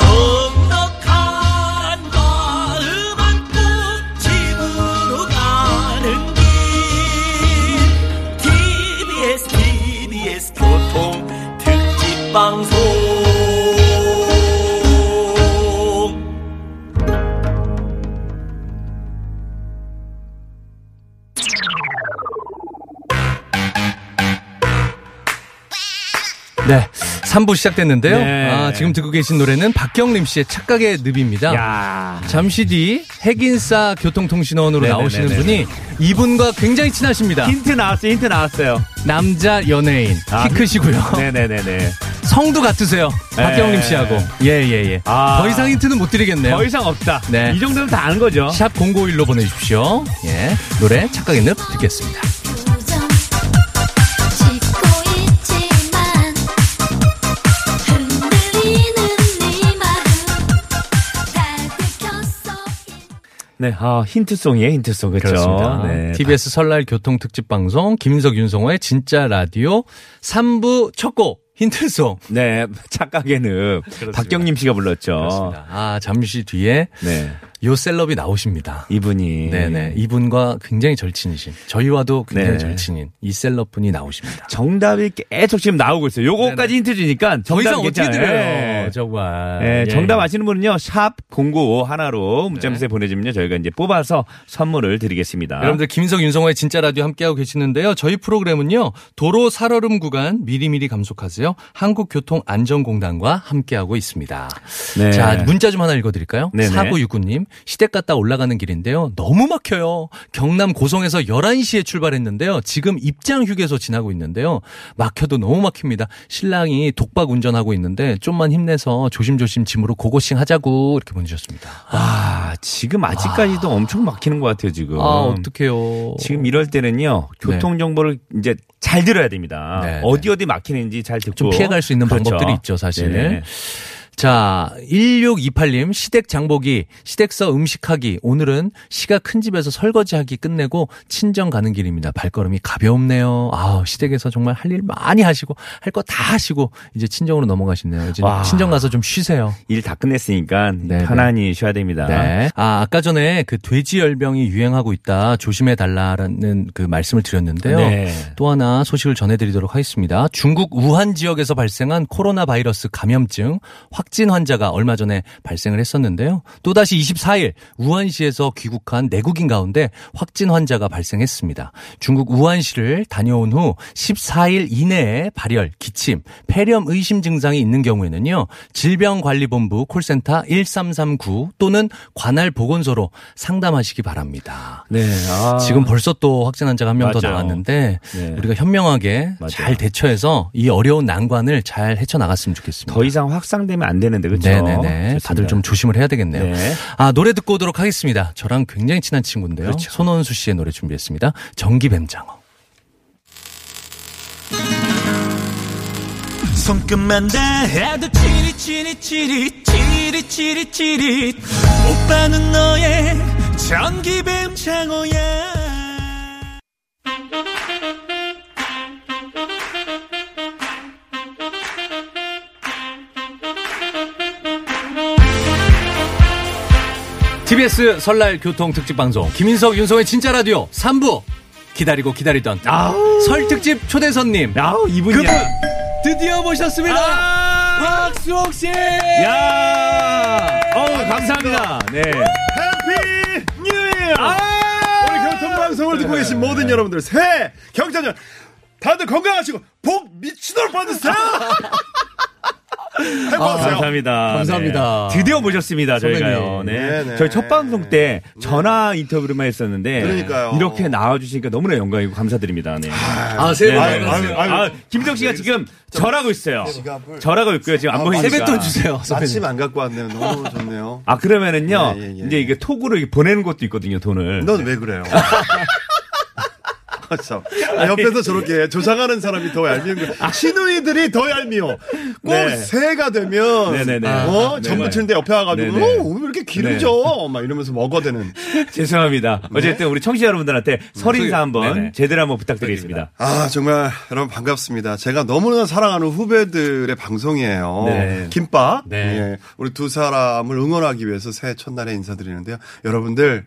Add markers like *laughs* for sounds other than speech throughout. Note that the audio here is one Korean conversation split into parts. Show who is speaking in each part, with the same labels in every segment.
Speaker 1: 넉넉한 마음 안고 집으로 가는 길 TBS TBS 교통 특집 방송
Speaker 2: 네. 3부 시작됐는데요.
Speaker 3: 네.
Speaker 2: 아, 지금 듣고 계신 노래는 박경림 씨의 착각의
Speaker 3: 어.
Speaker 2: 늪입니다.
Speaker 3: 야.
Speaker 2: 잠시 뒤 핵인싸 교통통신원으로
Speaker 3: 네네네네.
Speaker 2: 나오시는 분이 이분과 굉장히 친하십니다.
Speaker 3: 힌트 나왔어요. 힌트 나왔어요.
Speaker 2: 남자 연예인.
Speaker 3: 아.
Speaker 2: 키 크시고요.
Speaker 3: 네네네네. 네.
Speaker 2: 성도 같으세요. 박경림 씨하고. 예, 예, 예.
Speaker 3: 아.
Speaker 2: 더 이상 힌트는 못 드리겠네요.
Speaker 3: 더 이상 없다.
Speaker 2: 네.
Speaker 3: 이 정도면 다 아는 거죠.
Speaker 2: 샵 051로 보내주십시오. 예. 노래 착각의 늪 듣겠습니다.
Speaker 4: 요정 짓고 있지만 흔들리는 네 마음 달빛켰어
Speaker 3: 네. 아, 힌트송이에요. 힌트송. 그렇죠.
Speaker 2: 그렇습니다.
Speaker 3: 네.
Speaker 2: TBS 설날 교통 특집 방송 김석 윤성호의 진짜 라디오 3부 첫 곡 힌트송
Speaker 3: 네. 착각에는 박경림 씨가 불렀죠.
Speaker 2: 그렇습니다. 아 잠시 뒤에
Speaker 3: 네. 예.
Speaker 2: 요 셀럽이 나오십니다.
Speaker 3: 이분이
Speaker 2: 네네 이분과 굉장히 절친이신 저희와도 굉장히
Speaker 3: 네.
Speaker 2: 절친인 이 셀럽분이 나오십니다.
Speaker 3: 정답이 계속 지금 나오고 있어요. 요거까지 힌트 주니까
Speaker 2: 더 이상
Speaker 3: 정답이
Speaker 2: 어떻게
Speaker 3: 괜찮아요.
Speaker 2: 드려요?
Speaker 3: 네.
Speaker 2: 정말.
Speaker 3: 네,
Speaker 2: 예.
Speaker 3: 정답 아시는 분은요, 샵 095 하나로 문자 메시지 보내주면요, 저희가 이제 뽑아서 선물을 드리겠습니다.
Speaker 2: 네. 여러분들 김석 윤성호의 진짜 라디오 함께하고 계시는데요. 저희 프로그램은요. 도로 살얼음 구간 미리미리 감속하세요. 한국교통안전공단과 함께하고 있습니다.
Speaker 3: 네.
Speaker 2: 자, 문자 좀 하나 읽어드릴까요?
Speaker 3: 네네.
Speaker 2: 4969님, 시댁 갔다 올라가는 길인데요. 너무 막혀요. 경남 고성에서 11시에 출발했는데요. 지금 입장 휴게소 지나고 있는데요. 막혀도 너무 막힙니다. 신랑이 독박 운전하고 있는데 좀만 힘내서 조심조심 짐으로 고고싱 하자고 이렇게 보내주셨습니다.
Speaker 3: 아, 지금 아직까지도 엄청 막히는 것 같아요, 지금.
Speaker 2: 아, 어떡해요.
Speaker 3: 어. 지금 이럴 때는요 교통 정보를 이제 잘 들어야 됩니다.
Speaker 2: 네,
Speaker 3: 어디 어디 막히는지 잘 듣고
Speaker 2: 좀 피해갈 수 있는
Speaker 3: 그렇죠.
Speaker 2: 방법들이 있죠, 사실.
Speaker 3: 네네.
Speaker 2: 자, 1628님, 시댁 장보기, 시댁서 음식하기. 오늘은 시가 큰 집에서 설거지하기 끝내고 친정 가는 길입니다. 발걸음이 가벼움네요. 아 시댁에서 정말 할 일 많이 하시고, 할 거 다 하시고, 이제 친정으로 넘어가시네요. 이제
Speaker 3: 와.
Speaker 2: 친정 가서 좀 쉬세요.
Speaker 3: 일 다 끝냈으니까
Speaker 2: 네네.
Speaker 3: 편안히 쉬어야 됩니다.
Speaker 2: 네. 아, 아까 전에 그 돼지열병이 유행하고 있다. 조심해달라는 그 말씀을 드렸는데요.
Speaker 3: 네.
Speaker 2: 또 하나 소식을 전해드리도록 하겠습니다. 중국 우한 지역에서 발생한 코로나 바이러스 감염증 확진 환자가 얼마 전에 발생을 했었는데요. 또다시 24일 우한시에서 귀국한 내국인 가운데 확진 환자가 발생했습니다. 중국 우한시를 다녀온 후 14일 이내에 발열, 기침, 폐렴 의심 증상이 있는 경우에는요. 질병관리본부 콜센터 1339 또는 관할 보건소로 상담하시기 바랍니다.
Speaker 3: 네. 아.
Speaker 2: 지금 벌써 또 확진 환자가 한 명 더
Speaker 3: 맞아요.
Speaker 2: 나왔는데
Speaker 3: 네.
Speaker 2: 우리가 현명하게
Speaker 3: 맞아요.
Speaker 2: 잘 대처해서 이 어려운 난관을 잘 헤쳐나갔으면 좋겠습니다.
Speaker 3: 더 이상 확산되면 안 되는데 그렇죠.
Speaker 2: 네네네. 다들 좀 조심을 해야 되겠네요.
Speaker 3: 네.
Speaker 2: 아, 노래 듣고 오도록 하겠습니다. 저랑 굉장히 친한 친구인데요.
Speaker 3: 그렇죠.
Speaker 2: 손원수 씨의 노래 준비했습니다. 전기뱀장어.
Speaker 1: 손끝만 대해도 치리치리치리 치리치리치리 오빠는 너의 전기뱀장어야
Speaker 2: TBS 설날 교통 특집 방송 김인석 윤성의 진짜 라디오 3부 기다리고 기다리던
Speaker 3: 아우.
Speaker 2: 설 특집 초대 손님
Speaker 3: 아우
Speaker 2: 그분
Speaker 3: 이분이야.
Speaker 2: 드디어 모셨습니다.
Speaker 3: 아.
Speaker 2: 박수옥 씨.
Speaker 3: 야.
Speaker 5: 예!
Speaker 3: 어우 감사합니다. 네.
Speaker 5: 해피 뉴 이어!
Speaker 3: 아!
Speaker 5: 오늘 교통방송을 듣고 계신
Speaker 3: 네.
Speaker 5: 모든 여러분들 새해 경자년 다들 건강하시고 복
Speaker 3: *laughs*
Speaker 5: 미치도록 받으세요! 행복하세요.
Speaker 3: 아, 감사합니다.
Speaker 2: 감사합니다.
Speaker 3: 네. 드디어 모셨습니다, 저희가요.
Speaker 2: 선배님.
Speaker 3: 네.
Speaker 5: 네네. 네.
Speaker 3: 저희 첫 방송 때 전화 인터뷰로만 했었는데.
Speaker 5: 그러니까요.
Speaker 3: 이렇게 나와주시니까 너무나 영광이고 감사드립니다. 네.
Speaker 2: 아, 새해 복
Speaker 5: 아유,
Speaker 2: 많이 받으세요.
Speaker 5: 아유, 아유.
Speaker 3: 아, 김정 씨가 지금 절하고 있어요.
Speaker 5: 지갑을-
Speaker 3: 절하고 있고요. 지금 안
Speaker 5: 아,
Speaker 3: 보이니까.
Speaker 2: 세뱃돈 주세요. 선배님.
Speaker 5: 아침 안 갖고 왔네요. 너무 좋네요.
Speaker 3: 아, 그러면은요.
Speaker 5: 예, 예, 예. 아,
Speaker 3: 이제 이게 톡으로 이렇게 보내는 것도 있거든요, 돈을.
Speaker 5: 넌 왜 그래요? 참. *laughs* 아, 옆에서 저렇게 조장하는 사람이 더 얄미운 거. 시누이들이 더 얄미워. 꼭
Speaker 3: 아. 네.
Speaker 5: 새해가 되면
Speaker 3: 네네네.
Speaker 5: 어,
Speaker 3: 아,
Speaker 5: 전부
Speaker 3: 네네.
Speaker 5: 치는데 옆에 와가지고
Speaker 3: 네네. 네.
Speaker 5: 어, 왜 이렇게 길죠? 막 이러면서 먹어대는.
Speaker 3: 죄송합니다. 어쨌든 우리 청취자 여러분들한테 설 인사 한번
Speaker 6: 네네.
Speaker 3: 제대로 한번 부탁드리겠습니다.
Speaker 5: 아 정말 여러분 반갑습니다. 제가 너무나 사랑하는 후배들의 방송이에요.
Speaker 3: 네.
Speaker 5: 김밥.
Speaker 6: 네.
Speaker 5: 예, 우리 두 사람을 응원하기 위해서 새해 첫날에 인사드리는데요. 여러분들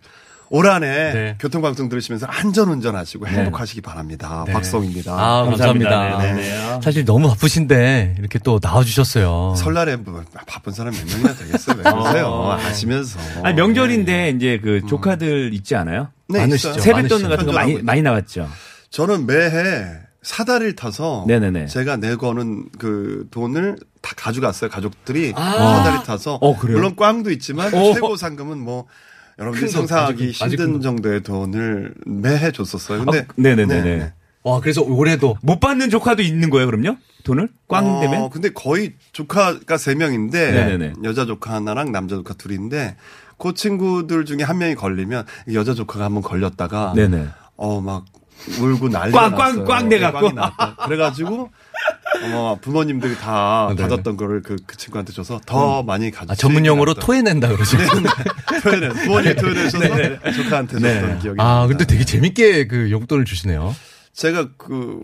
Speaker 5: 올 한해
Speaker 6: 네.
Speaker 5: 교통방송 들으시면서 안전운전하시고 행복하시기 바랍니다. 박성입니다.
Speaker 6: 아, 감사합니다.
Speaker 3: 감사합니다. 네,
Speaker 6: 사실 너무 바쁘신데 이렇게 또 나와주셨어요.
Speaker 5: 설날에 뭐 바쁜 사람 몇 명이나 되겠어요? 왜 그러세요?
Speaker 3: 어.
Speaker 5: 아시면서.
Speaker 3: 아 명절인데 이제 그 조카들 있지 않아요?
Speaker 5: 네,
Speaker 6: 많으시죠?
Speaker 5: 있어요.
Speaker 3: 세뱃돈
Speaker 6: 많으시죠.
Speaker 3: 같은 거 많이 많이 나왔죠.
Speaker 5: 저는 매해 사다리를 타서
Speaker 3: 네네네.
Speaker 5: 제가 내거는 그 돈을 다 가져갔어요. 가족들이 사다리 타서
Speaker 3: 어, 그래요?
Speaker 5: 물론 꽝도 있지만
Speaker 3: 어.
Speaker 5: 최고 상금은 뭐 여러분들이
Speaker 6: 큰 돈,
Speaker 5: 상상하기
Speaker 6: 아주 큰- 아주 큰
Speaker 5: 힘든
Speaker 6: 돈.
Speaker 5: 정도의 돈을 매해 줬었어요. 근데
Speaker 3: 네, 네, 네,
Speaker 5: 네네.
Speaker 3: 네.
Speaker 6: 와, 그래서 올해도
Speaker 3: 못 받는 조카도 있는 거예요, 그럼요? 돈을 꽝
Speaker 5: 어,
Speaker 3: 되면?
Speaker 5: 근데 거의 조카가 세 명인데
Speaker 3: 네네네.
Speaker 5: 여자 조카 하나랑 남자 조카 둘인데 그 친구들 중에 한 명이 걸리면 여자 조카가 한 번 걸렸다가
Speaker 3: 네네.
Speaker 5: 어 막 울고 난리가
Speaker 3: 꽝, 꽝,
Speaker 5: 났어요. 네,
Speaker 3: 꽝 내갖고.
Speaker 5: 꽝이 났다. 그래가지고 어 부모님들이 다
Speaker 6: 네.
Speaker 5: 받았던 거를 그, 그 친구한테 줘서 더 많이 가져.
Speaker 6: 아, 전문 용어로 토해낸다 그러죠.
Speaker 5: 네, 토해내 부모님 토해내셔서 *laughs* 조카한테 줬던 기억이.
Speaker 6: 네. 아,
Speaker 5: 납니다.
Speaker 6: 근데 되게 재밌게 그 용돈을 주시네요.
Speaker 5: 제가 그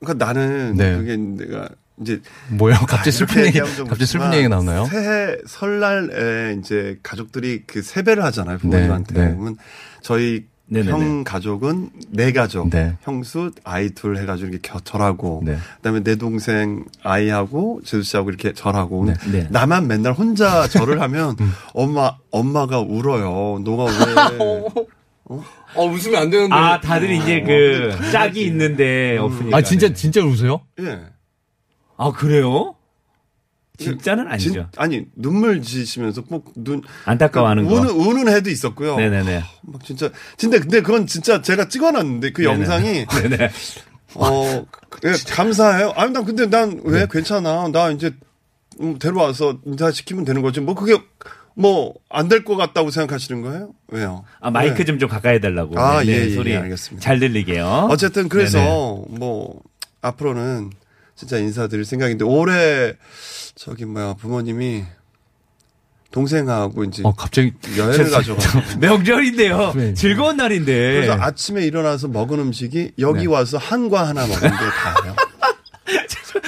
Speaker 5: 그러니까 나는
Speaker 6: 네.
Speaker 5: 그게 내가 이제
Speaker 6: 뭐요? 갑자기 슬픈
Speaker 5: 아, 이렇게
Speaker 6: 얘기,
Speaker 5: 얘기하면 좀
Speaker 6: 갑자기 슬픈
Speaker 5: 그렇지만
Speaker 6: 얘기 나오나요?
Speaker 5: 새해 설날에 이제 가족들이 그 세배를 하잖아요. 부모님한테
Speaker 6: 네, 네.
Speaker 5: 보면 저희
Speaker 3: 네네네.
Speaker 5: 형 가족은 네 가족,
Speaker 6: 네.
Speaker 5: 형수 아이 둘 해가지고 이렇게 겨- 절하고,
Speaker 6: 네.
Speaker 5: 그다음에 내 동생 아이하고 제수 씨하고 이렇게 절하고
Speaker 3: 네.
Speaker 5: 나만 맨날
Speaker 6: *laughs*
Speaker 5: 혼자 절을 하면
Speaker 6: 음.
Speaker 5: 엄마 엄마가 울어요. 너가
Speaker 6: *laughs*
Speaker 5: 왜
Speaker 6: 아, 웃으면 안 되는데.
Speaker 3: 아, 다들 이제 그 짝이 있는데 없으니까.
Speaker 6: 아, 진짜, 진짜 웃으세요?
Speaker 5: 예.
Speaker 3: 아, 그래요? 진짜는 아니죠.
Speaker 5: 진- 아니 눈물 지시면서 꼭 눈그
Speaker 3: 안타까워하는 거.
Speaker 5: 우는 우는 해도 있었고요.
Speaker 3: 네네네.
Speaker 5: 막 진짜 진짜 근데 그건 진짜 제가 찍어놨는데 그 영상이
Speaker 3: 네네.
Speaker 5: 어 예, 감사해요. 아니 난 근데 난 왜
Speaker 3: 네.
Speaker 5: 괜찮아. 나 이제 음, 데려와서 인사 시키면 되는 거지. 뭐 그게 뭐 안 될 것 같다고 생각하시는 거예요? 왜요?
Speaker 3: 아, 마이크
Speaker 5: 네.
Speaker 3: 좀 좀 가까이 해달라고.
Speaker 5: 아,
Speaker 3: 네,
Speaker 5: 예,
Speaker 3: 네,
Speaker 5: 예,
Speaker 3: 소리
Speaker 5: 예, 알겠습니다.
Speaker 3: 잘 들리게요.
Speaker 5: 네. 어쨌든 그래서
Speaker 3: 네네.
Speaker 5: 뭐 앞으로는 진짜 인사드릴 생각인데 올해 저기 뭐야 부모님이 동생하고 이제
Speaker 6: 어, 갑자기.
Speaker 5: 여행을 가셔가지고
Speaker 3: *laughs* 명절인데요.
Speaker 6: 네.
Speaker 3: 즐거운 날인데.
Speaker 5: 그래서 아침에 일어나서 먹은 음식이 여기
Speaker 3: 네.
Speaker 5: 와서 한과 하나 먹은 게
Speaker 3: *laughs*
Speaker 5: 다예요.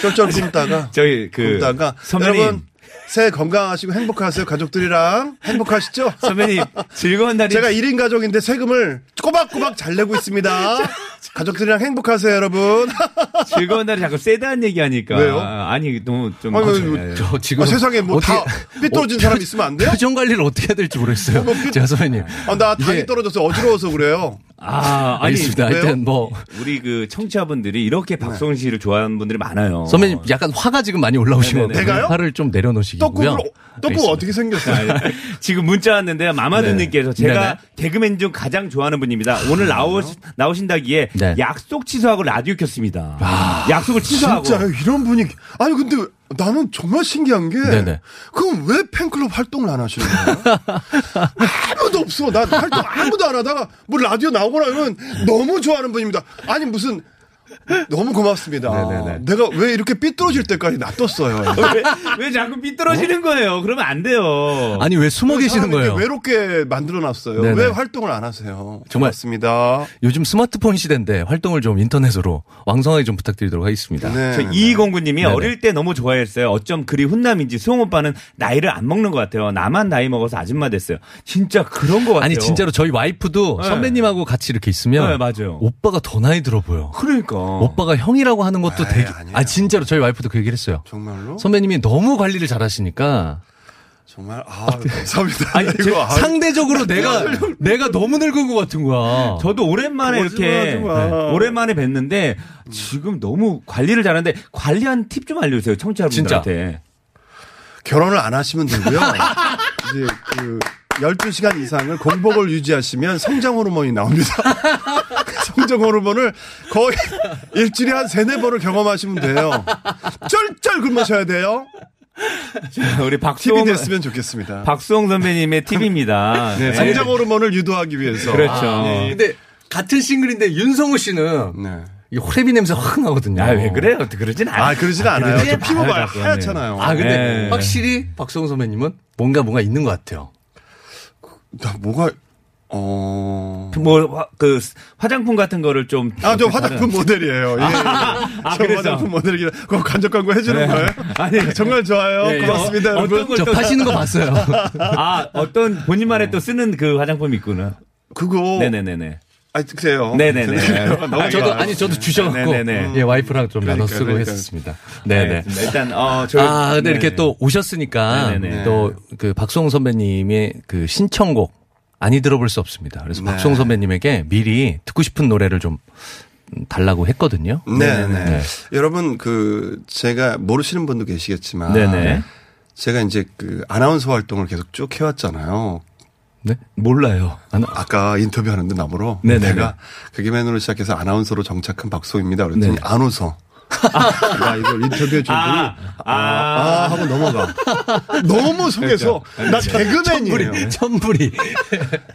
Speaker 5: 쩔쩔 굶다가
Speaker 3: 저희 그
Speaker 5: 굶다가
Speaker 3: 선배님.
Speaker 5: 여러분 새해 건강하시고 행복하세요 가족들이랑 행복하시죠?
Speaker 3: *laughs*
Speaker 5: *laughs*
Speaker 3: 선배님 즐거운 날이
Speaker 5: 제가 1인 가족인데 세금을 꼬박꼬박 잘 내고 있습니다. 가족들이랑
Speaker 3: *laughs*
Speaker 5: 행복하세요 여러분.
Speaker 3: 즐거운 날이 자꾸 세다는 얘기하니까
Speaker 5: 왜요?
Speaker 3: 아, 아니 너무 좀
Speaker 5: 아니,
Speaker 3: 네,
Speaker 5: 뭐,
Speaker 3: 네.
Speaker 6: 저 지금.
Speaker 5: 아, 세상에 뭐 다 삐뚤어진 사람
Speaker 3: *laughs*
Speaker 5: 있으면 안 돼요? 뭐
Speaker 6: 표정 관리를 어떻게 해야 될지 모르겠어요. *laughs* 제가 선배님.
Speaker 5: 아, 나 당이
Speaker 6: 이게-
Speaker 5: 떨어져서 어지러워서 그래요.
Speaker 3: 아 아니
Speaker 6: 알겠습니다.
Speaker 5: 왜요?
Speaker 6: 하여튼 뭐.
Speaker 3: 우리 그 청취자분들이 이렇게
Speaker 5: 네.
Speaker 3: 박성훈 씨를 좋아하는 분들이 많아요.
Speaker 6: 선배님 약간 화가 지금 많이 올라오신 것
Speaker 3: 네네네.
Speaker 6: 같아요.
Speaker 5: 내가요?
Speaker 6: 화를 좀 내려놓으시고요.
Speaker 5: 떡국을 떡국 어떻게 생겼어요?
Speaker 3: 아, 예. 지금 문자 왔는데요. 마마두님께서
Speaker 6: 네.
Speaker 3: 제가
Speaker 6: 네네.
Speaker 3: 개그맨 중 가장 좋아하는 분입니다. 오늘 나오시, 나오신다기에
Speaker 6: 네. 아,
Speaker 3: 약속 취소하고 라디오 켰습니다. 약속을 취소하고.
Speaker 5: 진짜요? 이런 분이 아니 근데 나는 정말 신기한 게
Speaker 6: 네네.
Speaker 5: 그럼 왜 팬클럽 활동을 안 하시는 거예요? 아무도 없어. 나 활동 아무도 안 하다가 뭐 라디오 나오거나 이러면 너무 좋아하는 분입니다. 아니 무슨 너무 고맙습니다.
Speaker 3: 네네네.
Speaker 5: 내가 왜 이렇게 삐뚤어질 때까지 놔뒀어요.
Speaker 3: 왜, 왜 자꾸 삐뚤어지는 거예요? 그러면 안 돼요.
Speaker 6: 아니 왜 숨어 계시는
Speaker 5: 사람에게
Speaker 6: 거예요?
Speaker 5: 외롭게 만들어놨어요.
Speaker 6: 네네.
Speaker 5: 왜 활동을 안 하세요?
Speaker 6: 정말.
Speaker 5: 고맙습니다.
Speaker 6: 요즘 스마트폰 시대인데 활동을 좀 인터넷으로 왕성하게 좀 부탁드리도록 하겠습니다.
Speaker 5: 네.
Speaker 3: 저 이공구님이 어릴 때 너무 좋아했어요. 어쩜 그리 훈남인지 수홍 오빠는 나이를 안 먹는 것 같아요. 나만 나이 먹어서 아줌마 됐어요. 진짜 그런 것 같아요.
Speaker 6: 아니 진짜로 저희 와이프도
Speaker 3: 네.
Speaker 6: 선배님하고 같이 이렇게 있으면
Speaker 3: 네, 맞아요.
Speaker 6: 오빠가 더 나이 들어 보여.
Speaker 3: 그러니까.
Speaker 6: 오빠가 형이라고 하는 것도
Speaker 5: 에이,
Speaker 6: 되게
Speaker 5: 아니에요.
Speaker 6: 아 진짜로 저희 와이프도 그 얘기를 했어요.
Speaker 5: 정말로
Speaker 6: 선배님이 너무 관리를 잘하시니까
Speaker 5: 정말 아 감사합니다.
Speaker 3: 아니, 제
Speaker 5: 아,
Speaker 6: 상대적으로 내가 내가 너무 늙은 것 같은 거야.
Speaker 3: 저도 오랜만에 이렇게
Speaker 5: 거짓말 하지 마.
Speaker 3: 네, 오랜만에 뵀는데 지금 너무 관리를 잘하는데 관리한 팁 좀 알려주세요 청취자분들한테.
Speaker 5: 결혼을 안 하시면 되고요. 이제 그 12시간 이상을 공복을 유지하시면 성장 호르몬이 나옵니다. *laughs* 성장 호르몬을 거의 일주일에 한 세네 번을 경험하시면 돼요. 쩔쩔 굶으셔야 돼요.
Speaker 3: 우리
Speaker 5: 팁이
Speaker 3: 박수홍
Speaker 5: 됐으면 좋겠습니다.
Speaker 3: 박수홍 선배님의 팁입니다.
Speaker 5: 네, 성장 호르몬을 유도하기 위해서.
Speaker 3: 네. 그렇죠.
Speaker 5: 아,
Speaker 6: 근데
Speaker 2: 같은 싱글인데 윤성우 씨는
Speaker 5: 네.
Speaker 2: 이 호레비 냄새 확 나거든요.
Speaker 3: 아, 왜 그래요? 그러진 않아요.
Speaker 5: 아, 그러진 않아요.
Speaker 3: 그러진
Speaker 5: 저 피부 봐요.
Speaker 3: 않아요, 그거는.
Speaker 5: 하얗잖아요.
Speaker 2: 아, 근데
Speaker 3: 예.
Speaker 2: 확실히 박성우 선배님은 뭔가 뭔가 있는 것 같아요.
Speaker 5: 나 뭐가, 어.
Speaker 3: 뭐, 그, 화장품 같은 거를 좀.
Speaker 5: 아, 저 화장품 모델이에요. 예. 저
Speaker 3: 아, 그래서. 네.
Speaker 5: 화장품 모델이라. 그거 간접 광고 해주는 거예요?
Speaker 3: *laughs* 아니.
Speaker 5: 정말 좋아요.
Speaker 3: 예, 예.
Speaker 5: 고맙습니다,
Speaker 3: 어,
Speaker 5: 여러분.
Speaker 3: 어떤 걸
Speaker 2: 저
Speaker 3: 또-
Speaker 2: 파시는 거 봤어요.
Speaker 3: 아, 어떤 본인만의 또 쓰는 그 화장품이 있구나.
Speaker 5: 그거.
Speaker 3: 네네네네.
Speaker 5: 아, 그래요. *laughs*
Speaker 3: 네네네.
Speaker 5: 너무
Speaker 2: 저도
Speaker 5: *laughs* 좋아요.
Speaker 2: 아니 저도 주셔갖고
Speaker 3: 네네네.
Speaker 6: 음.
Speaker 2: 예 와이프랑 좀 나눠
Speaker 5: 그러니까,
Speaker 2: 쓰고
Speaker 5: 그러니까. 그,
Speaker 2: 했었습니다. 네네.
Speaker 3: 알겠습니다. 일단, 어, 저.
Speaker 6: 아, 근데 이렇게
Speaker 3: 네네.
Speaker 6: 또 오셨으니까
Speaker 3: 네네네.
Speaker 6: 또 그 박송 선배님의 그 신청곡 아니 들어볼 수 없습니다. 그래서
Speaker 5: 네.
Speaker 6: 박송 선배님에게 미리 듣고 싶은 노래를 좀 달라고 했거든요.
Speaker 5: 네네네. 여러분, 그, 제가 모르시는 분도 계시겠지만.
Speaker 3: 네네.
Speaker 5: 제가 이제 그 아나운서 활동을 계속 쭉 해왔잖아요.
Speaker 6: 네? 몰라요. 아, 나-
Speaker 5: 아까 인터뷰하는데 나무로
Speaker 6: 네네네.
Speaker 5: 내가 개그맨으로 시작해서 아나운서로 정착한 박소입니다. 그랬더니
Speaker 3: *laughs*
Speaker 5: 안 웃어. 나 이걸 인터뷰해 준 분이 아, 아, 하고 넘어가.
Speaker 3: 그렇죠.
Speaker 5: 너무 속에서 나 개그맨이에요.
Speaker 6: 네. 천불이.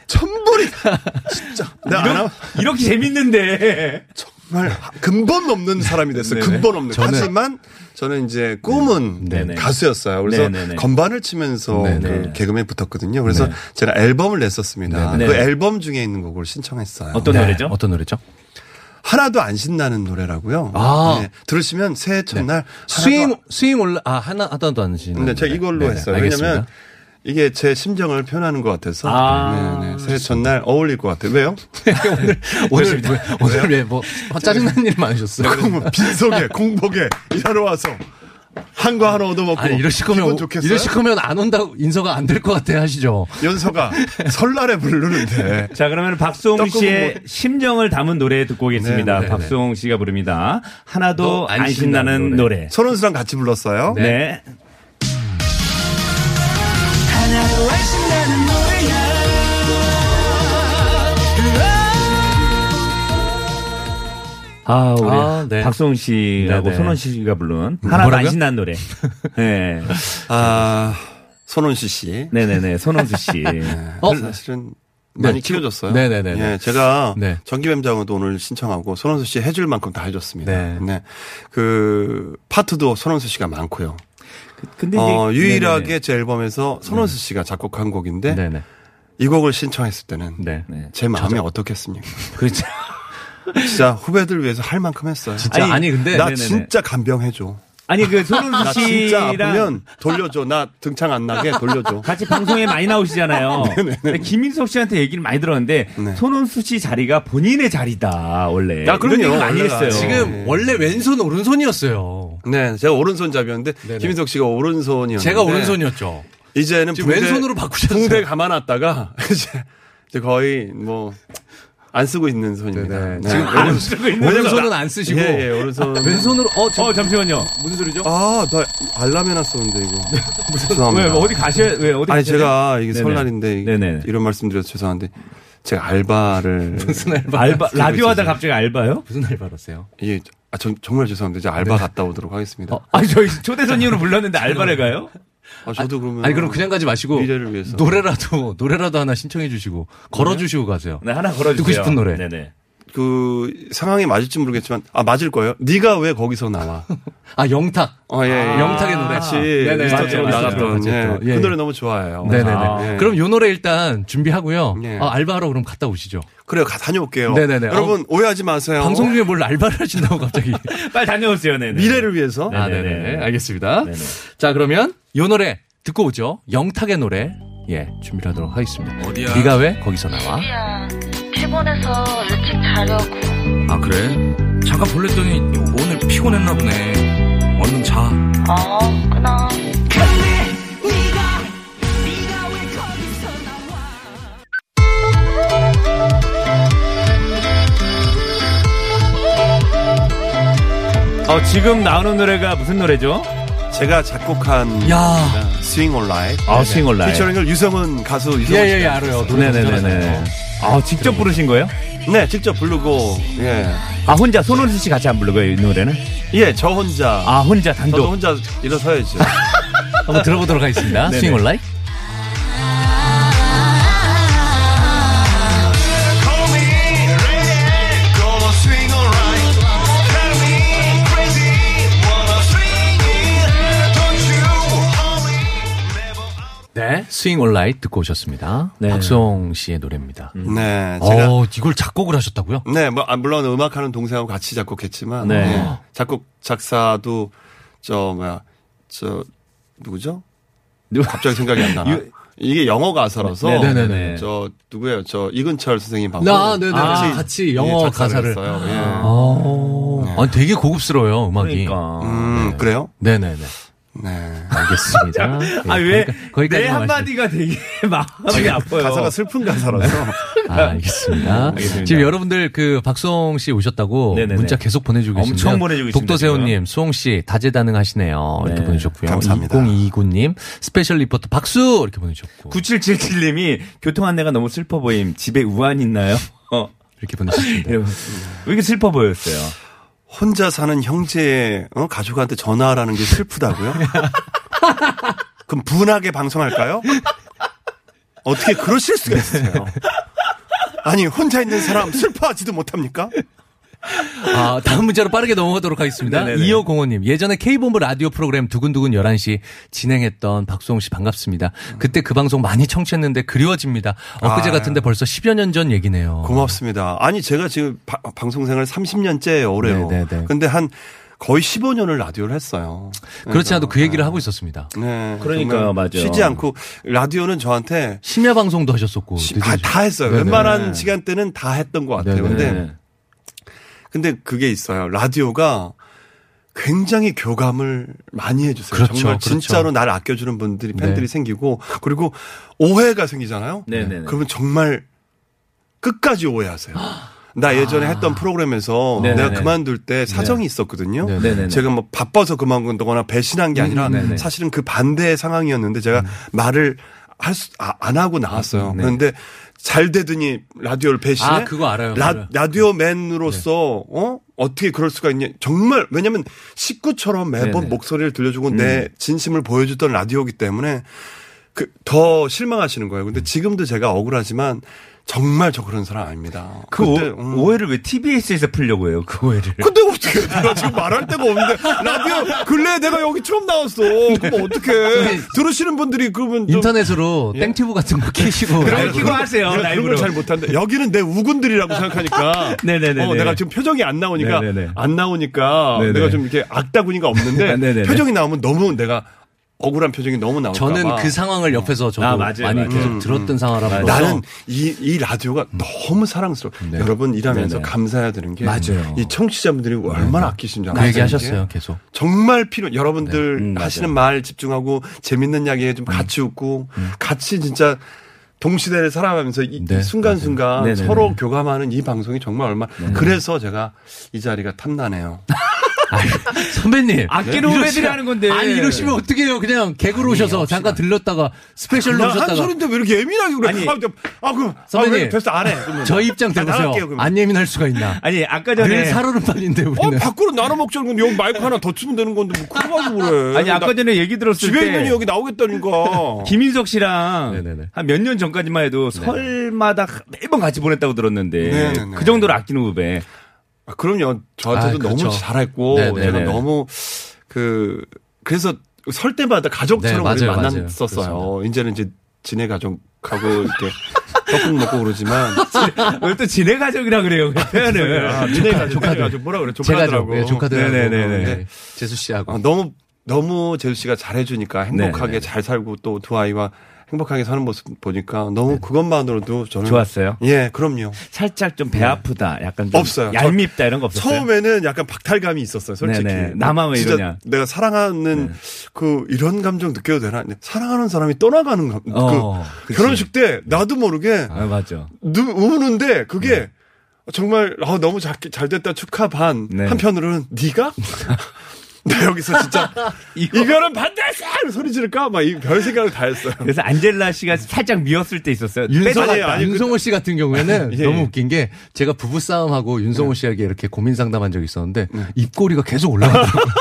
Speaker 5: 천불이 *laughs* 진짜. 나 아나,
Speaker 3: 이렇게 재밌는데.
Speaker 5: 정말 근본 없는 사람이 됐어요. 근본 없는. 하지만 저는 이제 꿈은
Speaker 3: 네네.
Speaker 5: 가수였어요. 그래서
Speaker 3: 네네네.
Speaker 5: 건반을 치면서 그 개그맨 붙었거든요. 그래서 제가 앨범을 냈었습니다.
Speaker 3: 네네.
Speaker 5: 그 앨범 중에 있는 곡을 네. 신청했어요.
Speaker 3: 어떤 노래죠?
Speaker 6: 어떤 노래죠?
Speaker 5: 하나도 안 신나는 노래라고요.
Speaker 6: 아.
Speaker 5: 네. 들으시면 새해 첫날
Speaker 6: 스윙 스윙 올라 아 하나 하나도 안 하시는.
Speaker 5: 근데 제가 이걸로
Speaker 6: 네네,
Speaker 5: 했어요.
Speaker 6: 알겠습니다.
Speaker 5: 왜냐면 이게 제 심정을 표현하는 것 같아서
Speaker 3: 아.
Speaker 5: 네, 네. 새해 첫날 어울릴 것 같아요. 왜요? *laughs*
Speaker 6: 오늘 왜, 오늘 왜뭐
Speaker 5: 네.
Speaker 6: 짜증난 일 많으셨어요? *laughs*
Speaker 5: 빈속에 공복에 일하러 와서 한과 하나 얻어먹고
Speaker 6: 아니 이러실 거면
Speaker 5: 뭐, 기분 좋겠어요?
Speaker 6: 이러실 거면 안 온다고 인서가 안 될 것 같아 하시죠. *laughs*
Speaker 5: 연서가 설날에
Speaker 6: 네.
Speaker 5: 부르는데
Speaker 3: 자, 그러면 박수홍
Speaker 5: 떡국은
Speaker 3: 씨의 심정을 담은 노래 듣고 오겠습니다.
Speaker 6: 네, 네, 네.
Speaker 3: 박수홍 씨가 부릅니다. 하나도
Speaker 6: 너안
Speaker 3: 안 신나는
Speaker 6: 신나는
Speaker 3: 노래.
Speaker 5: 서른수랑 같이 불렀어요.
Speaker 3: 네.
Speaker 1: 하나도 안 신나는 노래야.
Speaker 3: 아, 우리
Speaker 6: 아, 네.
Speaker 3: 박수홍 씨하고
Speaker 6: 네, 네.
Speaker 3: 손원 씨가 부른 하나도 안
Speaker 6: 뭐라고요?
Speaker 3: 신나는 노래. 네.
Speaker 5: 아 손원수 씨.
Speaker 3: 네네네. 손원수 씨.
Speaker 6: 어?
Speaker 5: 사실은
Speaker 6: 네,
Speaker 5: 많이 키워줬어요.
Speaker 6: 네네네.
Speaker 5: 예, 제가
Speaker 6: 네.
Speaker 5: 전기뱀장어도 오늘 신청하고 손원수 씨 해줄 만큼 다 해줬습니다.
Speaker 6: 네.
Speaker 5: 네. 그 파트도 손원수 씨가 많고요.
Speaker 6: 네,
Speaker 3: 근데 이제-
Speaker 5: 어, 유일하게
Speaker 3: 네네네.
Speaker 5: 제 앨범에서 손원수 씨가 작곡한 곡인데
Speaker 6: 네네.
Speaker 5: 이 곡을 신청했을 때는
Speaker 6: 네.
Speaker 3: 네.
Speaker 5: 제 마음이 어떻겠습니까?
Speaker 3: 그렇죠.
Speaker 5: 진짜 후배들 위해서 할 만큼 했어요.
Speaker 6: 진짜 아니, 근데
Speaker 5: 나
Speaker 3: 네네네.
Speaker 5: 진짜 간병해줘.
Speaker 3: 아니 그 손원수
Speaker 5: 나 진짜
Speaker 3: 씨랑
Speaker 5: 아프면 돌려줘. 나 등창 안 나게
Speaker 3: *laughs*
Speaker 5: 돌려줘.
Speaker 3: 같이 방송에 많이 나오시잖아요. 근데 김인석 씨한테 얘기를 많이 들었는데
Speaker 5: 네.
Speaker 3: 손원수 씨 자리가 본인의 자리다 원래.
Speaker 5: 아, 그럼요.
Speaker 3: 이런 얘기 많이
Speaker 5: 원래가.
Speaker 3: 했어요.
Speaker 2: 지금 원래 왼손 오른손이었어요.
Speaker 5: 네, 제가 오른손잡이였는데 김인석 씨가 오른손이었는데
Speaker 2: 제가 오른손이었죠.
Speaker 5: 이제는
Speaker 2: 지금 왼손으로 바꾸셨어요.
Speaker 5: 붕대 감아놨다가 *laughs* 이제, 이제 거의 뭐 안 쓰고 있는 손입니다. 네.
Speaker 2: 지금
Speaker 5: 왜냐면-
Speaker 2: 안 쓰고 있는 오른손은 안 쓰시고
Speaker 5: 예, 예, 오른손.
Speaker 2: 왼손으로 어, 저,
Speaker 3: 어 잠시만요.
Speaker 2: 무슨 소리죠?
Speaker 5: 아, 나 알람 해놨었는데 이거.
Speaker 3: 왜
Speaker 5: 죄송합니다.
Speaker 3: 어디 가셔? 왜
Speaker 2: 네,
Speaker 3: 어디? 가셔야
Speaker 5: 아니 제가 이게
Speaker 3: 네네.
Speaker 5: 설날인데 이-
Speaker 3: 네네.
Speaker 5: 이런 말씀드려서 죄송한데 제가 알바를
Speaker 2: *laughs* 무슨 알바?
Speaker 3: 알바 라디오 하다 갑자기 알바요?
Speaker 2: 무슨 알바로세요?
Speaker 5: 이게 아, 전- 정말 죄송합니다. 이제 알바
Speaker 2: 네.
Speaker 5: 갔다 오도록 하겠습니다.
Speaker 2: 어,
Speaker 3: 아 저희 초대 손님으로 불렀는데 알바를 가요?
Speaker 5: 아, 저도 그러면
Speaker 2: 아니 그럼 그냥 가지 마시고
Speaker 5: 미래를 위해서.
Speaker 2: 노래라도 노래라도 하나 신청해 주시고 걸어 주시고 가세요.
Speaker 3: 네 하나 걸어주세요.
Speaker 2: 듣고 싶은 노래.
Speaker 3: 네네.
Speaker 5: 그 상황이 맞을지 모르겠지만 아 맞을 거예요. 네가 왜 거기서 나와?
Speaker 2: 아 영탁.
Speaker 5: 어, 예, 예.
Speaker 2: 영탁의 노래. 아,
Speaker 5: 같이
Speaker 2: 네네.
Speaker 5: 미스터트롯
Speaker 3: 맞아요,
Speaker 5: 나갔던
Speaker 2: 맞아요.
Speaker 5: 예.
Speaker 2: 예.
Speaker 5: 그 노래 너무 좋아해요.
Speaker 2: 네네네.
Speaker 3: 아.
Speaker 2: 그럼 요 노래 일단 준비하고요.
Speaker 5: 예.
Speaker 2: 아, 알바하러 그럼 갔다 오시죠.
Speaker 5: 그래요. 가- 다녀올게요.
Speaker 2: 네네네. 어?
Speaker 5: 여러분 오해하지 마세요.
Speaker 2: 방송 중에 뭘 알바를 하신다고
Speaker 5: *laughs*
Speaker 2: 갑자기.
Speaker 3: 빨리 다녀오세요. 네네.
Speaker 5: 미래를 위해서
Speaker 2: 아,
Speaker 3: 네네네.
Speaker 2: 네네. 알겠습니다.
Speaker 3: 네네.
Speaker 2: 자, 그러면 요 노래 듣고 오죠. 영탁의 노래. 예, 준비를 하도록 하겠습니다. 네가 왜 거기서 나와?
Speaker 7: 야, 피곤해서 일찍 자려고.
Speaker 8: 아 그래? 잠깐 볼랬더니 오늘 피곤했나 보네. 얼른 자.
Speaker 7: 어, 끊어.
Speaker 3: 어 지금 나오는 노래가 무슨 노래죠?
Speaker 5: 제가 작곡한
Speaker 2: 야.
Speaker 5: 스윙 올 라이프.
Speaker 3: 아 스윙 온라인.
Speaker 5: 피처링을 유성은 가수 유성은
Speaker 2: 예, 예, 예,
Speaker 5: 씨가
Speaker 2: 알아요. 노래
Speaker 3: 네네네네.
Speaker 2: 잘하잖아요.
Speaker 3: 아 직접 부르신 거예요?
Speaker 5: 네, 직접 부르고 예.
Speaker 3: 아 혼자 손원수 씨 같이 안 부르고요 이 노래는?
Speaker 5: 예, 저 혼자
Speaker 3: 아 혼자
Speaker 5: 저도
Speaker 3: 단독.
Speaker 5: 혼자 일어서야죠.
Speaker 2: 한번 들어보도록 하겠습니다.
Speaker 3: 네네.
Speaker 2: 스윙 온라인.
Speaker 1: Call me ready.
Speaker 2: 스윙 온라이 듣고 오셨습니다.
Speaker 3: 네.
Speaker 2: 박수홍 씨의 노래입니다.
Speaker 5: *laughs* 네, 제가
Speaker 2: 어, 이걸 작곡을 하셨다고요?
Speaker 5: 네, 뭐 아, 물론 음악하는 동생하고 같이 작곡했지만
Speaker 3: 네.
Speaker 5: 네, 작곡 작사도 저 뭐야 저 누구죠?
Speaker 3: 누구?
Speaker 5: 갑자기 생각이 안 나.
Speaker 3: 유-
Speaker 5: 이게 영어 가사라서
Speaker 3: 네, 네, 네, 네.
Speaker 5: 저 누구예요? 저 이근철 선생님하고
Speaker 2: 아, 네, 네.
Speaker 5: 같이,
Speaker 2: 같이
Speaker 5: 예,
Speaker 2: 영어
Speaker 5: 작사를
Speaker 2: 가사를.
Speaker 5: 했어요. 예.
Speaker 2: 어, 아니, 되게 고급스러워요, 음악이.
Speaker 3: 그러니까.
Speaker 5: 음, 그래요?
Speaker 2: 네네네.
Speaker 5: 네.
Speaker 2: 알겠습니다.
Speaker 3: 아, 왜?
Speaker 2: 예, 거기까지
Speaker 3: 내 한마디가 되게 *laughs* 마음이 아파요. 네.
Speaker 5: 가사가 슬픈 가사라서
Speaker 2: 아, 알겠습니다.
Speaker 3: 알겠습니다.
Speaker 2: 지금 여러분들 그 박수홍 씨 오셨다고
Speaker 3: 네네네.
Speaker 2: 문자 계속 보내주고 계시네요.
Speaker 3: 엄청 보내주고 있습니다,
Speaker 2: 독도새우님, 수홍 씨 다재다능하시네요. 이렇게
Speaker 3: 네.
Speaker 2: 보내주셨고요.
Speaker 5: 감사합니다.
Speaker 2: 2029님 스페셜 리포터 박수 이렇게 보내주셨고
Speaker 3: 9777님이 교통 안내가 너무 슬퍼 보임. 집에 우한 있나요? 어.
Speaker 2: 이렇게 보내주셨습니다.
Speaker 3: 이러면서. 왜 이렇게 슬퍼 보였어요?
Speaker 5: 혼자 사는 형제 어? 가족한테 전화하라는 게 슬프다고요? 그럼 분하게 방송할까요? 어떻게 그러실 수가 있어요? 아니 혼자 있는 사람 슬퍼하지도 못합니까?
Speaker 2: 아, 다음 문자로 빠르게 넘어가도록 하겠습니다.
Speaker 3: 네네네.
Speaker 2: 2505님, 예전에 K본부 라디오 프로그램 두근두근 11시 진행했던 박수홍 씨 반갑습니다. 그때 그 방송 많이 청취했는데 그리워집니다. 엊그제
Speaker 5: 아.
Speaker 2: 같은데 벌써 10여 년 전 얘기네요.
Speaker 5: 고맙습니다. 아니 제가 지금 바- 방송생활 30년째 오래요.
Speaker 2: 네, 네, 네.
Speaker 5: 근데 한 거의 15년을 라디오를 했어요.
Speaker 2: 그렇지 않아도 그 얘기를 하고 있었습니다.
Speaker 5: 네,
Speaker 3: 그러니까요,
Speaker 5: 정말
Speaker 3: 맞아요.
Speaker 5: 쉬지 않고 라디오는 저한테
Speaker 2: 심야 방송도 하셨었고.
Speaker 3: 아,
Speaker 5: 다,
Speaker 2: 늦은 시-
Speaker 5: 다 했어요.
Speaker 2: 네네.
Speaker 5: 웬만한 시간대는 다 했던 것 같아요.
Speaker 2: 네네.
Speaker 5: 근데
Speaker 3: 네.
Speaker 5: 근데 그게 있어요. 라디오가 굉장히 교감을 많이 해주세요.
Speaker 2: 그렇죠,
Speaker 5: 정말
Speaker 2: 그렇죠.
Speaker 5: 진짜로 날 아껴주는 분들이
Speaker 2: 네.
Speaker 5: 팬들이 생기고 그리고 오해가 생기잖아요.
Speaker 3: 네네네.
Speaker 5: 그러면 정말 끝까지 오해하세요. 나 예전에 했던 프로그램에서
Speaker 3: 네네네.
Speaker 5: 내가 그만둘 때 사정이 있었거든요.
Speaker 3: 네네네.
Speaker 5: 제가 뭐 바빠서 그만둔거나 배신한 게 아니라
Speaker 3: 네네.
Speaker 5: 사실은 그 반대의 상황이었는데 제가 말을 할 수, 아, 안 하고 나왔어요. 그런데 잘 되더니 라디오를 배신해.
Speaker 2: 아, 그거 알아요. 알아요.
Speaker 5: 라, 라디오맨으로서
Speaker 3: 네.
Speaker 5: 어 어떻게 그럴 수가 있냐 정말 왜냐면 식구처럼 매번
Speaker 3: 네네. 음.
Speaker 5: 목소리를 들려주고 내 진심을 보여줬던 라디오기 때문에 그 더 실망하시는 거예요.
Speaker 3: 음.
Speaker 5: 근데 지금도 제가 억울하지만 정말 저 그런 사람 아닙니다.
Speaker 3: 그
Speaker 5: 근데,
Speaker 3: 오-
Speaker 5: 음.
Speaker 3: 오해를 왜 TBS에서 풀려고 해요? 그 오해를.
Speaker 5: 근데 어떻게 내가 지금 말할 데가 없는데 라디오 근래 에 내가 여기 처음 나왔어. 그럼 어떻게 들으시는 분들이 그러면 좀 예.
Speaker 2: 인터넷으로 땡튜브 같은 거 키시고.
Speaker 3: 그럼 키고 하세요.
Speaker 5: 내가 그런
Speaker 3: 라이브로.
Speaker 5: 걸잘 못한다. 여기는 내 우군들이라고 생각하니까.
Speaker 3: *laughs* 네네네네.
Speaker 5: 어, 내가 지금 표정이 안 나오니까
Speaker 3: 네네네.
Speaker 5: 안 나오니까
Speaker 3: 네네.
Speaker 5: 내가 좀 이렇게 악다구니가
Speaker 3: *laughs*
Speaker 5: 없는데
Speaker 3: 네네네.
Speaker 5: 표정이 나오면 너무 내가 억울한 표정이 너무 나올까
Speaker 2: 저는
Speaker 5: 봐.
Speaker 2: 그 상황을 옆에서 저도
Speaker 3: 아, 맞아요,
Speaker 2: 많이
Speaker 3: 맞아요.
Speaker 2: 계속 들었던 상황이라서.
Speaker 5: 음,
Speaker 2: 그
Speaker 5: 나는 이, 이 라디오가 너무 사랑스러워. 여러분 일하면서
Speaker 3: 음. 네. 네네. 네,
Speaker 5: 감사해야 되는 게.
Speaker 2: 맞아요.
Speaker 5: 이 청취자분들이 얼마나 아끼신지
Speaker 2: 그
Speaker 5: 알아요.
Speaker 2: 얘기 하셨어요, 계속.
Speaker 5: 정말 필요. 여러분들
Speaker 3: 음, 맞아요. 음,
Speaker 5: 하시는 말 집중하고 재밌는 이야기에 좀 같이 웃고 같이 진짜 동시대를 살아가면서 이
Speaker 2: 네,
Speaker 5: 순간순간
Speaker 3: 맞아요. 네네네. 네.
Speaker 5: 서로 교감하는 이 방송이 정말 얼마 나 그래서 제가 이 자리가 탐나네요.
Speaker 2: 선배님.
Speaker 3: 아끼는
Speaker 2: 이러시-
Speaker 3: 후배들이 하는 건데.
Speaker 2: 아니, 이러시면 어떡해요. 그냥 개그로 오셔서 잠깐 들렀다가 스페셜로
Speaker 5: 아, 나한
Speaker 2: 오셨다가.
Speaker 5: 소린데 왜 이렇게 예민하게 그래?
Speaker 3: 아니,
Speaker 5: 아, 저- 아, 그럼 아,
Speaker 2: 선배님.
Speaker 5: 왜 됐어 안 해. 그러면.
Speaker 2: 저희 입장
Speaker 5: 아,
Speaker 2: 들어보세요.
Speaker 5: 나갈게요, 그러면.
Speaker 2: 안 예민할 수가 있나.
Speaker 3: 아니, 아까
Speaker 2: 늘
Speaker 3: 전에.
Speaker 2: 살얼음판인데,
Speaker 5: 어,
Speaker 2: 우리는.
Speaker 5: 밖으로 나눠 먹자는 건데 여기 마이크 하나 더 치면 되는 건데 뭐 그거 가지고 그래.
Speaker 3: 아니, 아까
Speaker 5: 나
Speaker 3: 전에 얘기 들었을 때.
Speaker 5: 집에 있는 이 그러니까 여기 나오겠다니까.
Speaker 2: *laughs*
Speaker 3: 김인석 씨랑
Speaker 2: 네네네. 네,
Speaker 3: 한 몇 년 전까지만 해도 설마다 매번 같이 보냈다고 들었는데
Speaker 5: 네네네.
Speaker 3: 그 정도로 아끼는 후배.
Speaker 5: 아, 그럼요. 저한테도
Speaker 2: 아, 그렇죠.
Speaker 5: 너무 잘했고
Speaker 2: 네네.
Speaker 5: 제가
Speaker 3: 네네.
Speaker 5: 너무 그 그래서 설 때마다 가족처럼
Speaker 2: 네,
Speaker 5: 우리
Speaker 2: 맞아요, 맞아요.
Speaker 5: 만났었어요. 이제는 이제 지네 가족하고 이렇게 *laughs* 떡국 먹고 그러지만
Speaker 2: 아,
Speaker 3: 왜 또 지네 가족이라 그래요, 그 표현을.
Speaker 5: 아, 지네 가족 지네 가족 뭐라 그래
Speaker 2: 제가
Speaker 5: 조카들하고
Speaker 2: 좀, 예, 조카들하고.
Speaker 3: 네네네네.
Speaker 2: 네, 재수 씨하고.
Speaker 5: 아, 너무 너무 재수 씨가 잘해주니까 행복하게
Speaker 3: 네네.
Speaker 5: 잘 살고 또 두 아이와 행복하게 사는 모습 보니까
Speaker 2: 네.
Speaker 5: 너무 그것만으로도 저는
Speaker 3: 좋았어요.
Speaker 5: 예, 그럼요.
Speaker 3: 살짝 좀 배 아프다. 약간 좀
Speaker 5: 네. 없어요.
Speaker 3: 얄밉다 이런 거 없었어요.
Speaker 5: 처음에는 약간 박탈감이 있었어요, 솔직히.
Speaker 3: 네네. 나만 왜
Speaker 5: 진짜
Speaker 3: 이러냐. 네.
Speaker 5: 내가 사랑하는 그 이런 감정 느껴도 되나? 근데 사랑하는 사람이 떠나가는 감.
Speaker 3: 어,
Speaker 5: 그 결혼식 때 나도 모르게
Speaker 3: 아, 네. 맞아.
Speaker 5: 누, 우는데 그게 정말 아, 너무 잘, 잘 됐다 축하 반.
Speaker 3: 네.
Speaker 5: 한편으로는
Speaker 3: *laughs*
Speaker 5: 네가 나 여기서 진짜 이별은 반대했어! 소리 지를까? 막 이 별 생각을 다 했어요.
Speaker 3: 그래서 안젤라 씨가 살짝 미웠을 때 있었어요.
Speaker 2: 윤성,
Speaker 5: 아니, 아니,
Speaker 2: 윤성호 씨 같은 경우에는
Speaker 5: *laughs* 예, 예.
Speaker 2: 너무 웃긴 게 제가 부부싸움하고 윤성호 씨에게 이렇게 고민 상담한 적이 있었는데
Speaker 5: 네.
Speaker 2: 입꼬리가 계속 올라가더라고요.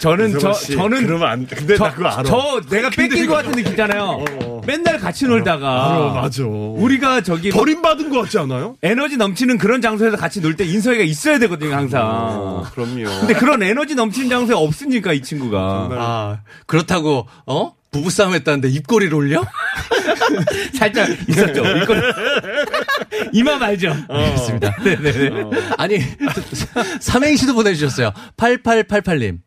Speaker 3: 저는 저
Speaker 5: 윤성호 씨,
Speaker 3: 저는
Speaker 5: 그러면 안 돼. 근데
Speaker 3: 저,
Speaker 5: 나 그거 알아.
Speaker 3: 저 내가 뺏긴 것 같은 느낌 있잖아요. 맨날 같이 놀다가
Speaker 5: 어, 알아, 어, 맞아.
Speaker 3: 우리가 저기 막
Speaker 5: 버림받은 것 같지 않아요?
Speaker 3: 에너지 넘치는 그런 장소에서 같이 놀 때 인서이가 있어야 되거든요, 항상.
Speaker 5: 그럼요.
Speaker 3: 근데 그런 에너지 넘치는 장소에 없으니까 이 친구가.
Speaker 2: *laughs*
Speaker 5: 정말.
Speaker 2: 아, 그렇다고 어? 부부싸움 했다는데 입꼬리를
Speaker 5: *laughs*
Speaker 2: 올려?
Speaker 3: 살짝 *laughs* 있었죠. 어. 이거
Speaker 2: *laughs* 이마 말죠. 알겠습니다. 네네네. 어. 아니, 삼행시도 보내주셨어요. 8888님.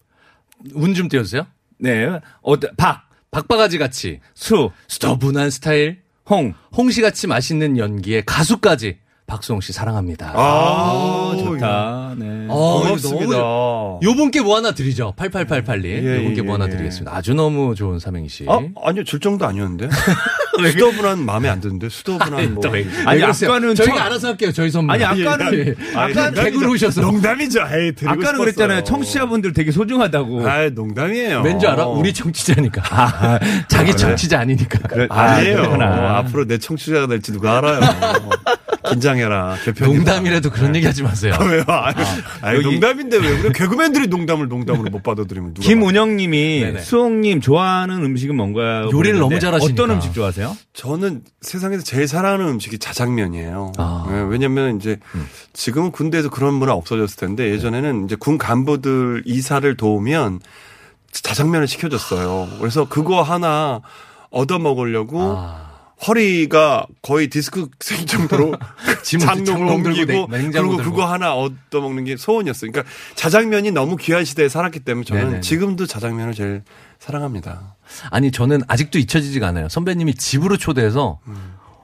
Speaker 2: 운 좀 띄워주세요.
Speaker 3: 네. 어, 박,
Speaker 2: 박바가지 같이.
Speaker 3: 수,
Speaker 2: 스터분한 스타일.
Speaker 3: 홍.
Speaker 2: 홍시같이 맛있는 연기에 가수까지. 박수홍 씨 사랑합니다.
Speaker 5: 아,
Speaker 3: 좋다. 네.
Speaker 2: 어, 이거
Speaker 5: 고맙습니다.
Speaker 2: 너무 좋- 요 분께 뭐 하나 드리죠. 8888님. 요 분께 뭐
Speaker 5: 예,
Speaker 2: 하나
Speaker 5: 예.
Speaker 2: 드리겠습니다. 아주 너무 좋은 삼행시.
Speaker 5: 어? 아니요, 줄 정도 아니었는데. 수더분한 마음에 안 드는데, 수더분한 뭐.
Speaker 3: 아니,
Speaker 2: 왜 그러세요?
Speaker 3: 아까는
Speaker 2: 저희가
Speaker 3: 처-
Speaker 2: 알아서 할게요. 저희 선물. 예,
Speaker 3: 아니, 아까는- 아까는
Speaker 2: 개그로 오셔서.
Speaker 5: 농담이죠. 에이, 드리고
Speaker 3: 아까는
Speaker 5: 싶었어요.
Speaker 3: 그랬잖아요. 청취자분들 되게 소중하다고.
Speaker 5: 아, 농담이에요. 어.
Speaker 2: 왠지
Speaker 3: 어.
Speaker 2: 알아? 우리 청취자니까.
Speaker 3: 아,
Speaker 2: *laughs* 자기 청취자 아니니까.
Speaker 5: 그래, 아, 니에요 앞으로 내 청취자가 될지 누가 알아요. 긴장해라. 개편이.
Speaker 2: 농담이라도 그런 얘기 하지 마세요.
Speaker 5: *laughs* 왜요? 아유, 아유, 농담인데 왜 그래? 개그맨들이 농담을 농담으로 못 받아들이면 누가? 봐.
Speaker 3: 김운영님이
Speaker 2: 네네.
Speaker 3: 수홍님 좋아하는 음식은 뭔가요?
Speaker 2: 요리를 너무
Speaker 3: 그러는데
Speaker 2: 잘하시니까.
Speaker 3: 어떤 음식 좋아하세요?
Speaker 5: 저는 세상에서 제일 사랑하는 음식이 자장면이에요.
Speaker 2: 아. 음.
Speaker 5: 네, 왜냐면 이제 지금은 군대에서 그런 문화 없어졌을 텐데
Speaker 2: 네.
Speaker 5: 예전에는 이제 군 간부들 이사를 도우면 자장면을 시켜줬어요. 그래서 그거 하나 얻어 먹으려고
Speaker 2: 아.
Speaker 5: 허리가 거의 디스크 생 정도로
Speaker 2: *laughs* 짐을
Speaker 5: 장롱을
Speaker 2: 장롱 들고
Speaker 5: 옮기고
Speaker 2: 냉- 냉장고
Speaker 5: 그리고
Speaker 2: 들고.
Speaker 5: 그거 하나 얻어먹는 게 소원이었어요. 그러니까 자장면이 너무 귀한 시대에 살았기 때문에 저는
Speaker 2: 네네네.
Speaker 5: 지금도 자장면을 제일 사랑합니다.
Speaker 2: 아니 저는 아직도 잊혀지지가 않아요. 선배님이 집으로 초대해서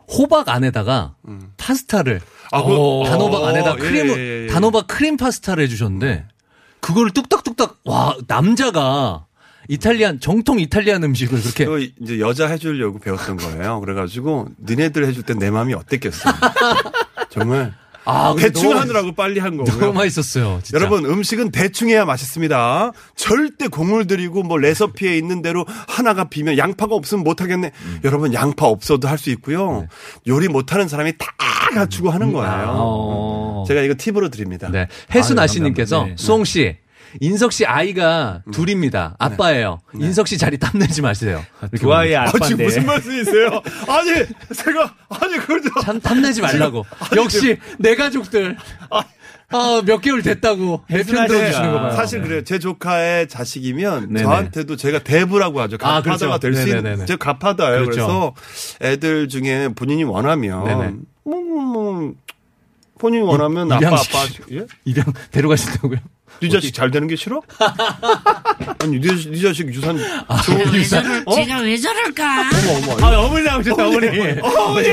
Speaker 2: 호박 안에다가 파스타를
Speaker 5: 아, 그-
Speaker 2: 어, 단호박
Speaker 5: 어,
Speaker 2: 안에다
Speaker 5: 예,
Speaker 2: 크림을
Speaker 5: 예, 예.
Speaker 2: 단호박 크림 파스타를 해주셨는데 그거를 뚝딱뚝딱 와 남자가 이탈리안 정통 이탈리안 음식을 그렇게
Speaker 5: 그 이제 여자 해주려고 배웠던 거예요. 그래가지고 니네들 해줄 땐 내
Speaker 2: *laughs*
Speaker 5: 마음이 어땠겠어. 정말
Speaker 2: 아 근데
Speaker 5: 대충
Speaker 2: 너무-
Speaker 5: 하느라고 빨리 한
Speaker 2: 너무
Speaker 5: 거고요.
Speaker 2: 맛있었어요. 진짜.
Speaker 5: 여러분 음식은 대충 해야 맛있습니다. 절대 공을 들이고 뭐 레시피에 있는 대로 하나가 비면 양파가 없으면 못 하겠네.
Speaker 2: 음.
Speaker 5: 여러분 양파 없어도 할 수 있고요.
Speaker 2: 네.
Speaker 5: 요리 못하는 사람이 다 갖추고 하는 거예요.
Speaker 2: 음. 어.
Speaker 5: 제가 이거 팁으로 드립니다.
Speaker 2: 네. 해순
Speaker 3: 아유,
Speaker 2: 아씨님께서
Speaker 3: 감사합니다. 네.
Speaker 2: 수홍 씨, 인석 씨 아이가
Speaker 5: 음.
Speaker 2: 둘입니다. 아빠예요. 인석 씨 자리 탐내지 마세요. 이렇게
Speaker 3: 두 아이의
Speaker 5: 네. 아, 지금
Speaker 3: 아빠인데.
Speaker 5: 무슨 말씀이세요? 아니, 제가, 아니, 그걸 좀.
Speaker 2: 참 탐내지 말라고. 역시 내 가족들. 아, 몇 개월 됐다고 내편 들어주시는 거 봐요.
Speaker 5: 네,
Speaker 2: 네.
Speaker 5: 사실 그래요. 제 조카의 자식이면
Speaker 3: 네네.
Speaker 5: 저한테도 제가 대부라고 하죠.
Speaker 2: 아,
Speaker 5: 가파다가
Speaker 2: 그렇죠.
Speaker 5: 될 수 있는.
Speaker 2: 네네네네.
Speaker 5: 제가 가파다예요. 그
Speaker 2: 그렇죠.
Speaker 5: 래서 애들 중에 본인이
Speaker 2: 네네.
Speaker 5: 원하면 뭐, 뭐, 뭐, 본인이 원하면 아빠
Speaker 2: 입양시키-
Speaker 5: 아빠 예?
Speaker 2: 입양 데려가신다고요?
Speaker 5: 네 자식 잘 되는 게 싫어? 아니 네, 네 자식 유산
Speaker 2: 아,
Speaker 5: 좋은
Speaker 2: 네.
Speaker 5: 유산 어?
Speaker 4: 제가 왜 저럴까?
Speaker 3: 아, 어머니 나오셨다, 어머니.
Speaker 2: 예,
Speaker 5: 어머니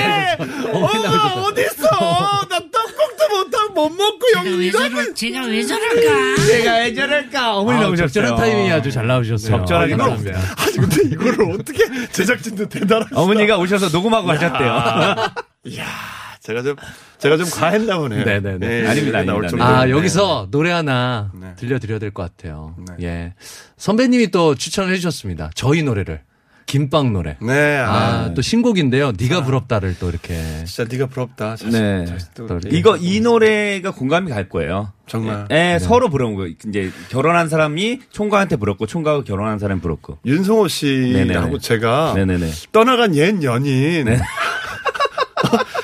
Speaker 5: 엄마 어디 있어? 나 떡국도 못하고 못 먹고 여기
Speaker 4: 제가 왜 저럴까?
Speaker 3: 제가 왜 저럴까? 어머니
Speaker 2: 아,
Speaker 3: 나오셨죠.
Speaker 2: 적절한 타이밍이 아주 잘 나오셨어요.
Speaker 3: 적절하게
Speaker 2: 아,
Speaker 3: 나오셨어요.
Speaker 2: 감사합니다.
Speaker 5: 아니 근데 이거를 어떻게 *laughs* 제작진도 대단하시다.
Speaker 3: 어머니가 오셔서 녹음하고 가셨대요.
Speaker 5: 제가 좀 제가 좀 과했나 보네요.
Speaker 2: 네네네.
Speaker 3: 아닙니다,
Speaker 5: 나올
Speaker 3: 아닙니다.
Speaker 5: 정도로.
Speaker 2: 아,
Speaker 5: 네.
Speaker 2: 여기서 노래 하나
Speaker 5: 네.
Speaker 2: 들려드려야 될 것 같아요.
Speaker 5: 네.
Speaker 2: 예. 선배님이 또 추천을 해주셨습니다. 저희 노래를. 김빵 노래.
Speaker 5: 네. 아,
Speaker 2: 아, 또 신곡인데요. 네가 부럽다를 또 이렇게.
Speaker 5: 진짜 네가 부럽다. 자식,
Speaker 3: *laughs* 네.
Speaker 5: 자식 또
Speaker 2: 또
Speaker 5: 이렇게.
Speaker 3: 이거, 이 노래가 공감이 갈 거예요.
Speaker 5: 정말.
Speaker 3: 예, 서로 부러운 거예요. 이제 결혼한 사람이 총각한테 부럽고, 총각하고 결혼한 사람이 부럽고.
Speaker 5: 윤성호 씨하고
Speaker 3: 네네네.
Speaker 5: 제가
Speaker 3: 네네네.
Speaker 5: 떠나간 옛 연인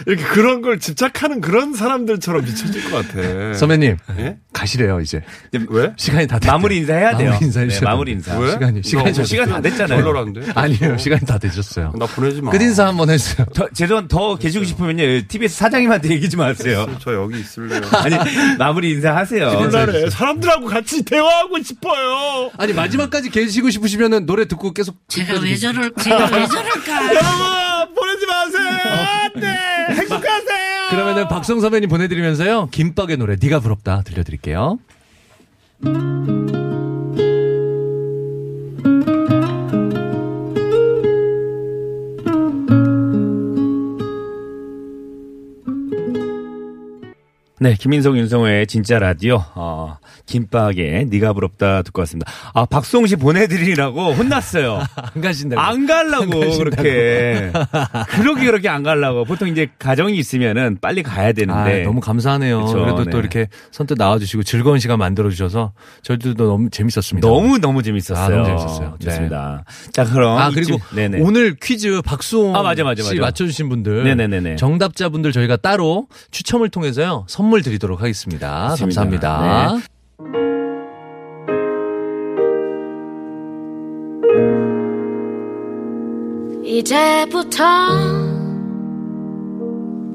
Speaker 5: 이렇게 그런 걸 집착하는 그런 사람들처럼 미쳐질 것 같아.
Speaker 2: 선배님.
Speaker 5: 예?
Speaker 2: 가시래요, 이제.
Speaker 5: 왜?
Speaker 2: 시간이 다 됐어요.
Speaker 3: 마무리 인사해야 돼요.
Speaker 2: 마무리 인사
Speaker 3: 네,
Speaker 2: 해주셔야
Speaker 3: 마무리
Speaker 2: 돼요.
Speaker 3: 인사.
Speaker 5: 왜?
Speaker 2: 시간이, 시간이
Speaker 3: 저 시간 다 됐잖아요.
Speaker 5: 별로란데.
Speaker 2: 아니에요. 시간이 다 되셨어요.
Speaker 5: 나 보내지 마.
Speaker 2: 끝인사 한번 해주세요.
Speaker 3: 더, 죄송, 더 계시고 싶으면요. TBS 사장님한테 얘기 좀 *laughs* 하세요.
Speaker 5: 저 여기 있을래요.
Speaker 3: 아니, 마무리 인사하세요.
Speaker 5: 몰라래. 사람들하고 같이 대화하고 싶어요.
Speaker 2: 아니, 마지막까지 계시고 싶으시면은 노래 듣고 계속.
Speaker 4: 제가 왜 저럴 제가 왜
Speaker 5: *laughs*
Speaker 4: 저럴까?
Speaker 5: 여러분 보내지 마세요. 네. 행복하세요.
Speaker 2: 그러면은 박성 선배님 보내드리면서요. 김밥의 노래, 네가 부럽다 들려드릴게요.
Speaker 3: 네, 김인성 윤성호의 진짜 라디오 어, 김밥에 네가 부럽다 듣고 왔습니다. 아 박수홍 씨 보내드리라고 *laughs* 혼났어요.
Speaker 2: 안 네, 뭐 가신다고.
Speaker 3: 안 갈라고 그렇게 그렇게 그렇게 안 갈라고 보통 이제 가정이 있으면은 빨리 가야 되는데
Speaker 2: 아, 너무 감사하네요.
Speaker 3: 그쵸,
Speaker 2: 그래도
Speaker 3: 네.
Speaker 2: 또 이렇게 선뜻 나와주시고 즐거운 시간 만들어주셔서 저희도 너무 재밌었습니다.
Speaker 3: 너무 너무 재밌었어요.
Speaker 2: 아, 너무 재밌었어요. 네.
Speaker 3: 좋습니다. 자 그럼
Speaker 2: 아 그리고
Speaker 3: 이쯤- 네네.
Speaker 2: 오늘 퀴즈 박수홍
Speaker 3: 아, 맞아, 맞아,
Speaker 2: 씨
Speaker 3: 맞아.
Speaker 2: 맞춰주신 분들
Speaker 3: 네네네네.
Speaker 2: 정답자분들 저희가 따로 추첨을 통해서요 선물 드리도록 하겠습니다.
Speaker 3: 맞습니다.
Speaker 2: 감사합니다.
Speaker 3: 네.
Speaker 9: 이제부터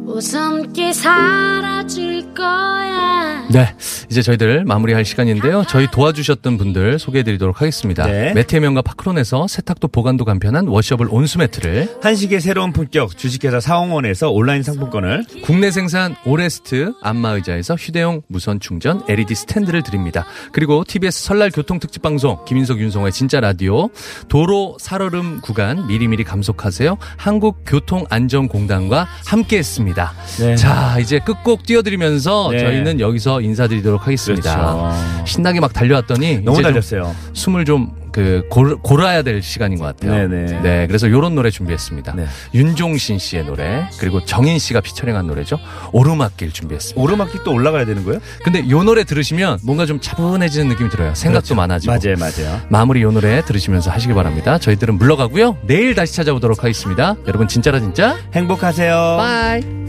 Speaker 9: 웃음기 사라질 거야.
Speaker 2: 네. 이제 저희들 마무리할 시간인데요. 저희 도와주셨던 분들 소개해드리도록 하겠습니다.
Speaker 3: 네.
Speaker 2: 매트의 명가 파크론에서 세탁도 보관도 간편한 워셔블 온수매트를
Speaker 3: 한식의 새로운 품격 주식회사 사홍원에서 온라인 상품권을
Speaker 2: 국내 생산 오레스트 안마의자에서 휴대용 무선 충전 LED 스탠드를 드립니다. 그리고 TBS 설날 교통특집 방송 김인석 윤성호의 진짜 라디오 도로 살얼음 구간 미리미리 감속하세요. 한국교통안전공단과 함께했습니다.
Speaker 3: 네.
Speaker 2: 자 이제 끝곡 띄워드리면서
Speaker 3: 네.
Speaker 2: 저희는 여기서 인사드리도록 하겠습니다.
Speaker 3: 그렇죠.
Speaker 2: 신나게 막 달려왔더니
Speaker 3: 너무
Speaker 2: 이제 좀
Speaker 3: 달렸어요.
Speaker 2: 숨을 좀 그 골아야 될 시간인 것 같아요.
Speaker 3: 네네.
Speaker 2: 네, 그래서 요런 노래 준비했습니다.
Speaker 3: 네.
Speaker 2: 윤종신 씨의 노래 그리고 정인 씨가 피처링한 노래죠. 오르막길 준비했습니다.
Speaker 3: 오르막길 또 올라가야 되는 거예요?
Speaker 2: 근데 요 노래 들으시면 뭔가 좀 차분해지는 느낌이 들어요. 생각도 많아지고.
Speaker 3: 그렇죠. 맞아요, 맞아요.
Speaker 2: 마무리 요 노래 들으시면서 하시기 바랍니다. 저희들은 물러가고요. 내일 다시 찾아오도록 하겠습니다. 여러분 진짜라 진짜.
Speaker 3: 행복하세요.
Speaker 2: 빠이.